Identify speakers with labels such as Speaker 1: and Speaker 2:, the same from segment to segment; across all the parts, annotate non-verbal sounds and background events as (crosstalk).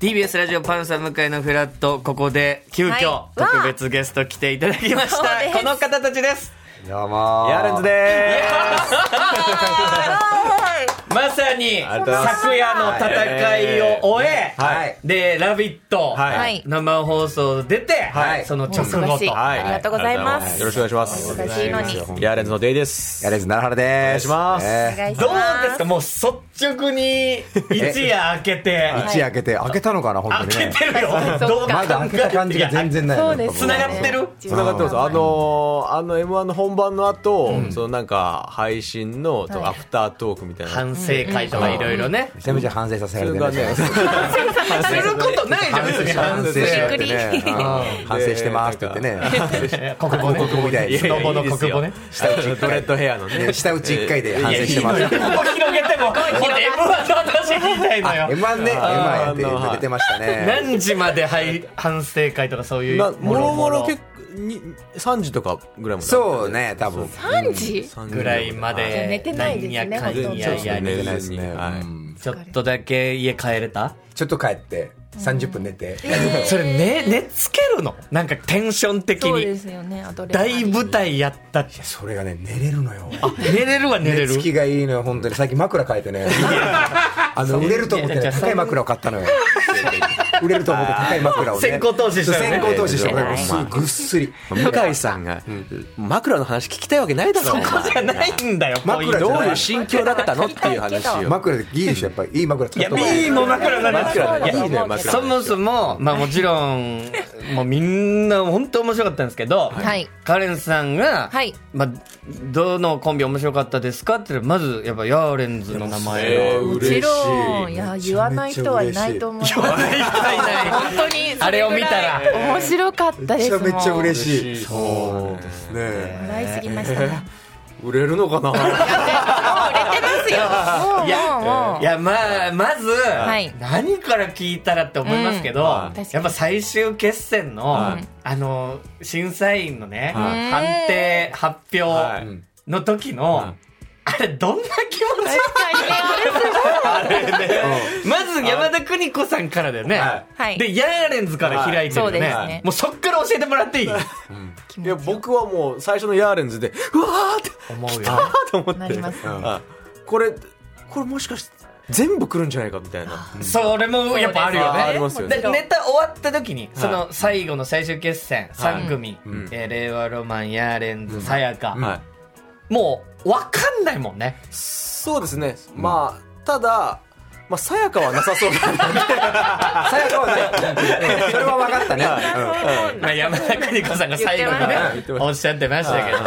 Speaker 1: TBS ラジオパンサー向井のフラットここで急遽
Speaker 2: はい
Speaker 1: 特別ゲスト来ていただきました、
Speaker 2: わあそうです
Speaker 1: この方たちです
Speaker 3: どうも
Speaker 4: ヤーレンズで
Speaker 1: まさに
Speaker 3: りがとうございます
Speaker 1: 昨夜の戦いを終え、
Speaker 3: はい
Speaker 1: で「ラビット!
Speaker 4: はい
Speaker 2: はい」
Speaker 1: 生放送出て、
Speaker 3: はい
Speaker 1: その直後
Speaker 2: 忙しい
Speaker 1: と。
Speaker 4: はい
Speaker 2: ありがとうございます
Speaker 4: す。よろしくお願いします。
Speaker 2: 忙しいのにお
Speaker 4: ヤーレンズのデイです。
Speaker 3: ヤーレンズ奈良原です
Speaker 4: お願いします
Speaker 3: え
Speaker 2: 願いし
Speaker 1: どう
Speaker 2: ます
Speaker 1: ですかもう率直に一夜明けて
Speaker 3: ー一夜明けて、開けたのかな、本当
Speaker 1: 開
Speaker 3: に
Speaker 1: け
Speaker 3: ね。
Speaker 1: てるよ
Speaker 2: そっか
Speaker 1: どう考えても
Speaker 3: まだ開けた感じが全然ない。
Speaker 2: そうです
Speaker 1: 繋がってる
Speaker 4: 繋がってます。あ
Speaker 2: あ
Speaker 4: のー、あの M1 の本番の後、そのなんか配信の
Speaker 2: はい
Speaker 4: アフタートークみたいな。
Speaker 1: 反省会とかいろいろね
Speaker 3: めちゃめちゃ反省させ
Speaker 4: そ
Speaker 3: られて
Speaker 4: れ
Speaker 3: る
Speaker 4: が
Speaker 3: ね
Speaker 4: ね、
Speaker 1: することないじゃん別に反省
Speaker 3: 反省って
Speaker 2: びっ
Speaker 3: ね
Speaker 2: くり
Speaker 3: うん反省してますって言ってね。
Speaker 1: 国語ね
Speaker 3: 国語みたい
Speaker 1: スノボの国語ね
Speaker 4: 下打ちドレッドヘアのね
Speaker 3: ね。下打ち一回で
Speaker 1: い
Speaker 3: 反省
Speaker 1: やい
Speaker 3: し
Speaker 1: い
Speaker 3: てま
Speaker 1: の
Speaker 3: す
Speaker 1: よ。ここ広げても俺 M1 の話聞きたいのよ
Speaker 3: M1 ね、M1 やって
Speaker 4: あのはい
Speaker 3: 出てましたね。
Speaker 1: 何時まではい反省会とかそういう
Speaker 4: なもろもろ結構に3時とかぐらいまで。
Speaker 3: そうね、多分。
Speaker 2: 3時
Speaker 4: 3時
Speaker 1: ぐらいま
Speaker 2: じゃあ寝
Speaker 1: で
Speaker 2: てないですね
Speaker 1: なんやかん
Speaker 2: ほとんど
Speaker 1: ややり
Speaker 3: な
Speaker 4: 寝てないい
Speaker 3: で
Speaker 4: ですす
Speaker 3: ね
Speaker 4: ね。
Speaker 3: うん
Speaker 1: ちょっとだけ家帰れた
Speaker 3: ちょっと帰って、30分寝て。
Speaker 1: それ寝寝つけるのなんかテンション的
Speaker 2: そうで
Speaker 1: に
Speaker 2: すよねアドレナリ
Speaker 1: 大
Speaker 2: ン
Speaker 1: 舞台やったって
Speaker 3: それがね、寝れるのよ。
Speaker 1: 寝れるは寝れ
Speaker 3: 寝
Speaker 1: る
Speaker 3: つきがいいのよ、本当に。最近枕変えてね。あの、売れると思ってね、高い枕を買ったのよ。売れると思って高い枕をね。
Speaker 1: 先行投資したよね
Speaker 3: 先行投資した
Speaker 4: まあ
Speaker 3: のよ。ぐっすり。
Speaker 4: 向井さんが枕の話聞きたいわけないだろうね。
Speaker 1: じゃないんだよ
Speaker 3: 枕
Speaker 1: ポイント
Speaker 4: どういう心境だったのっていう話を。
Speaker 3: 枕でいいでしょ、やっぱり。いい枕使
Speaker 1: い
Speaker 3: っ
Speaker 1: や
Speaker 3: た方が
Speaker 1: B の枕なんですよ
Speaker 4: 枕
Speaker 2: だ
Speaker 4: いやいいね
Speaker 2: 枕
Speaker 4: 枕。
Speaker 1: そもそも、まあもちろん、もうみんな本当面白かったんですけど、
Speaker 2: はい
Speaker 1: カレンさんが、
Speaker 2: はい
Speaker 1: まあ、どのコンビ面白かったですかって言ったらまず、やっぱヤーレンズの名前
Speaker 4: え
Speaker 1: を。
Speaker 4: ー
Speaker 2: も
Speaker 4: 嬉し
Speaker 2: ち
Speaker 4: い
Speaker 2: ろんいや言わない人はいないと思います本当に
Speaker 1: (laughs) あれを見たら
Speaker 2: それぐい面白かったですもん
Speaker 3: めちゃめちゃ
Speaker 2: し
Speaker 3: 嬉しい。
Speaker 4: 嬉しい
Speaker 3: そうなんですね。
Speaker 2: 笑いすぎま
Speaker 4: (laughs)
Speaker 2: したねもう
Speaker 4: 売れるのかな
Speaker 2: 売れてますよもう
Speaker 1: いや
Speaker 2: もうもう
Speaker 1: いやまあまず、
Speaker 2: い
Speaker 1: 何から聞いたらって思いますけど、
Speaker 4: うんは
Speaker 2: 確
Speaker 4: い
Speaker 2: かに
Speaker 1: やっぱ最終決戦の、
Speaker 4: はい
Speaker 1: あの審査員のね、
Speaker 4: はい
Speaker 1: 判定発
Speaker 4: は
Speaker 1: 表
Speaker 4: い
Speaker 1: の時の、
Speaker 4: はい
Speaker 1: あれどんな気持ち
Speaker 2: 確かにね
Speaker 1: まず山田邦子さんからだよね、
Speaker 4: はい
Speaker 2: はい
Speaker 1: でヤーレンズから開いてるよね,、
Speaker 2: はいそうですね
Speaker 1: もうそっから教えてもらっていい
Speaker 2: 気持ち
Speaker 4: いや
Speaker 2: よく
Speaker 4: 僕はもう最初のヤーレンズでうわーって
Speaker 1: 思うよ
Speaker 4: と思って
Speaker 2: なりますね
Speaker 4: あこれこれもしかして全部来るんじゃないかみたいな
Speaker 1: それもやっぱあるよね
Speaker 4: ありますよね
Speaker 1: でネタ終わった時に、その最後の最終決戦3組、
Speaker 4: ん
Speaker 1: えー令和ロマンヤーレンズさやか、
Speaker 4: はい
Speaker 1: もう分かんないもんね
Speaker 4: そうですねまあただまあさやかはなさそうだな
Speaker 3: さやかはない。 (laughs) それは分かったね。
Speaker 1: まあ、山田邦子さんが最後に
Speaker 4: 言
Speaker 1: ね
Speaker 4: ってましたね
Speaker 1: おっしゃってましたけど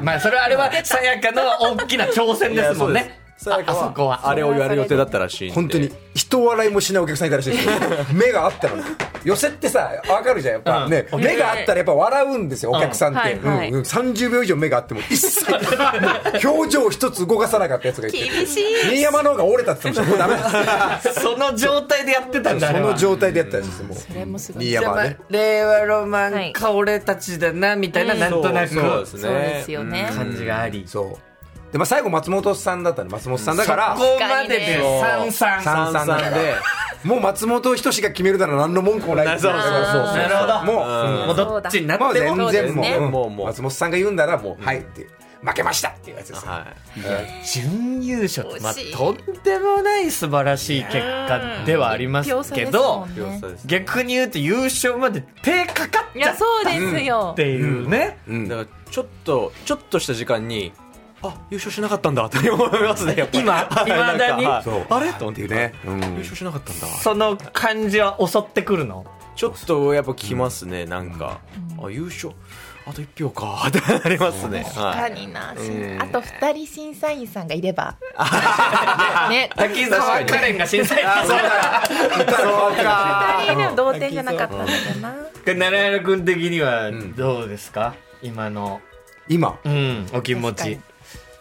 Speaker 1: まあそれはあれはさやかの大きな挑戦ですもん
Speaker 4: いやそう
Speaker 1: ね
Speaker 4: ですさやか
Speaker 1: ああそこは
Speaker 4: は (laughs) あれをやる予定だったらしいんで
Speaker 3: 本当に、人笑いもしないお客さんいたらしいですよ目があったのに。寄せってさ、分かるじゃん、やっぱね。
Speaker 1: うん
Speaker 3: 目があったらやっぱ笑うんですよ、お客さんって。
Speaker 2: うん
Speaker 3: う
Speaker 2: はい
Speaker 3: ん
Speaker 2: はい
Speaker 3: うん30秒以上目があっても一切、もう表情一つ動かさなかったやつがいて。
Speaker 2: 厳しい
Speaker 3: 新山の方が折れたって言ってました。もうダメだ。
Speaker 1: (laughs) その状態でやってたんだあ (laughs)
Speaker 3: そ
Speaker 1: れは
Speaker 3: の状態でやったやつです、もう。
Speaker 2: それもすごい
Speaker 3: 新
Speaker 1: じゃあ
Speaker 3: 山
Speaker 1: ま
Speaker 3: は
Speaker 1: あ
Speaker 3: ね。
Speaker 1: 令和ロマンか俺たちだなみたいな、なんとなく
Speaker 4: そうそうです
Speaker 2: そうで
Speaker 4: ね
Speaker 2: すよね
Speaker 1: 感じがあり、
Speaker 3: そう。で、まあ最後松本さんだったの、松本さんだから
Speaker 1: そ、こまでで三三
Speaker 3: 三
Speaker 4: 三
Speaker 3: 三
Speaker 4: 々
Speaker 3: 々
Speaker 4: で
Speaker 3: でもう松本人志が決めるなら何の文句もない
Speaker 4: そうそうそう
Speaker 1: なるほど
Speaker 3: もう、
Speaker 4: うん
Speaker 1: もうどっちにな
Speaker 3: も
Speaker 1: っ
Speaker 3: う
Speaker 1: て
Speaker 3: 全
Speaker 1: も
Speaker 2: そうです
Speaker 3: 然もう,
Speaker 2: ね
Speaker 3: うん、
Speaker 4: もうもう
Speaker 3: 松本さんが言うんならもう、はいっていう負けましたっていうやつです、
Speaker 4: は
Speaker 1: 準優勝って、まあ
Speaker 2: 惜しい、
Speaker 1: とんでもない素晴らしい結果ではありますけど、
Speaker 4: い良さですね
Speaker 1: 逆に言うと優勝まで手かかっ
Speaker 2: い
Speaker 1: ちゃ
Speaker 2: や
Speaker 1: っ
Speaker 2: そうですよ
Speaker 1: ていうね、
Speaker 3: うん
Speaker 4: だからちょっとちょっとした時間にあ優勝しなかったんだって思いますねやっぱり
Speaker 1: 今
Speaker 4: (laughs) はい
Speaker 1: 未だに
Speaker 4: なんか
Speaker 3: そ
Speaker 4: は
Speaker 3: う
Speaker 4: いあれと思っ
Speaker 3: ってい
Speaker 4: て
Speaker 3: うね、うん
Speaker 4: 優勝しなかったんだ
Speaker 1: その感じは襲ってくるの
Speaker 4: ちょっとやっぱ来ますね、なんか、あ優勝あと1票か (laughs) ってなりますね、は
Speaker 2: 他
Speaker 4: い、
Speaker 2: にな、
Speaker 4: ん
Speaker 2: あと二人審査員さんがいればね
Speaker 1: 滝沢カレンが審査員
Speaker 3: あそうだそうか
Speaker 2: 二人でも同点じゃなかったのかな
Speaker 1: 奈良原君的にはどうですか、今の、
Speaker 3: 今
Speaker 1: うん、お気持
Speaker 2: 確
Speaker 1: ち
Speaker 2: か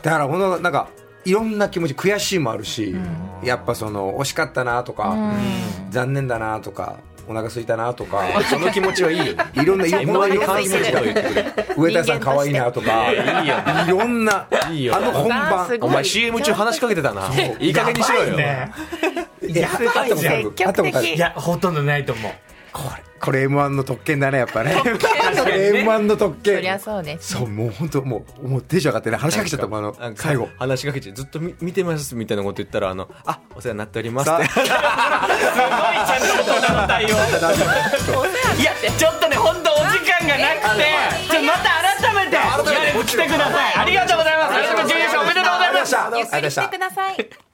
Speaker 3: だからこのなんかいろんな気持ち悔しいもあるし、やっぱその惜しかったなとか、残念だなとかお腹空いたなとか、
Speaker 4: その気持ちはいいよ (laughs) ね
Speaker 3: いろんな、いろんな、いろんな
Speaker 4: 感
Speaker 3: 気
Speaker 4: じ
Speaker 3: 持
Speaker 4: (laughs)
Speaker 3: ちが
Speaker 4: 言ってくれる
Speaker 3: 上田さん可愛いなとか、
Speaker 4: いいよ
Speaker 3: いろんな、
Speaker 4: いいよ
Speaker 3: あの本
Speaker 2: わあす
Speaker 3: 番
Speaker 2: ごい
Speaker 4: お前 CM 中話しかけてたな
Speaker 3: そう
Speaker 4: いい加減にしろよ、
Speaker 1: ね
Speaker 3: え会ったことある
Speaker 2: 積極的
Speaker 3: 会ったことある
Speaker 5: いやほとんどないと思う
Speaker 3: これこれ M1 の特権だねやっぱね M1 の特
Speaker 2: そりゃ
Speaker 3: 権
Speaker 2: そうです
Speaker 3: そうもう本当もうもうテンション上がってね話しかけちゃったもんあ
Speaker 4: なん
Speaker 3: の
Speaker 4: か
Speaker 3: 最後
Speaker 4: 話しかけてずっと見見てますみたいなこと言ったらあのあお世話になっておりますっ
Speaker 3: さ
Speaker 4: て
Speaker 1: いやちょっとね本当お時間がなくてちょっとまた改めて来てくださいありがとうございますありがとうございます準優勝おめでとうございます
Speaker 3: ありがとうございました
Speaker 2: ゆっくりしてください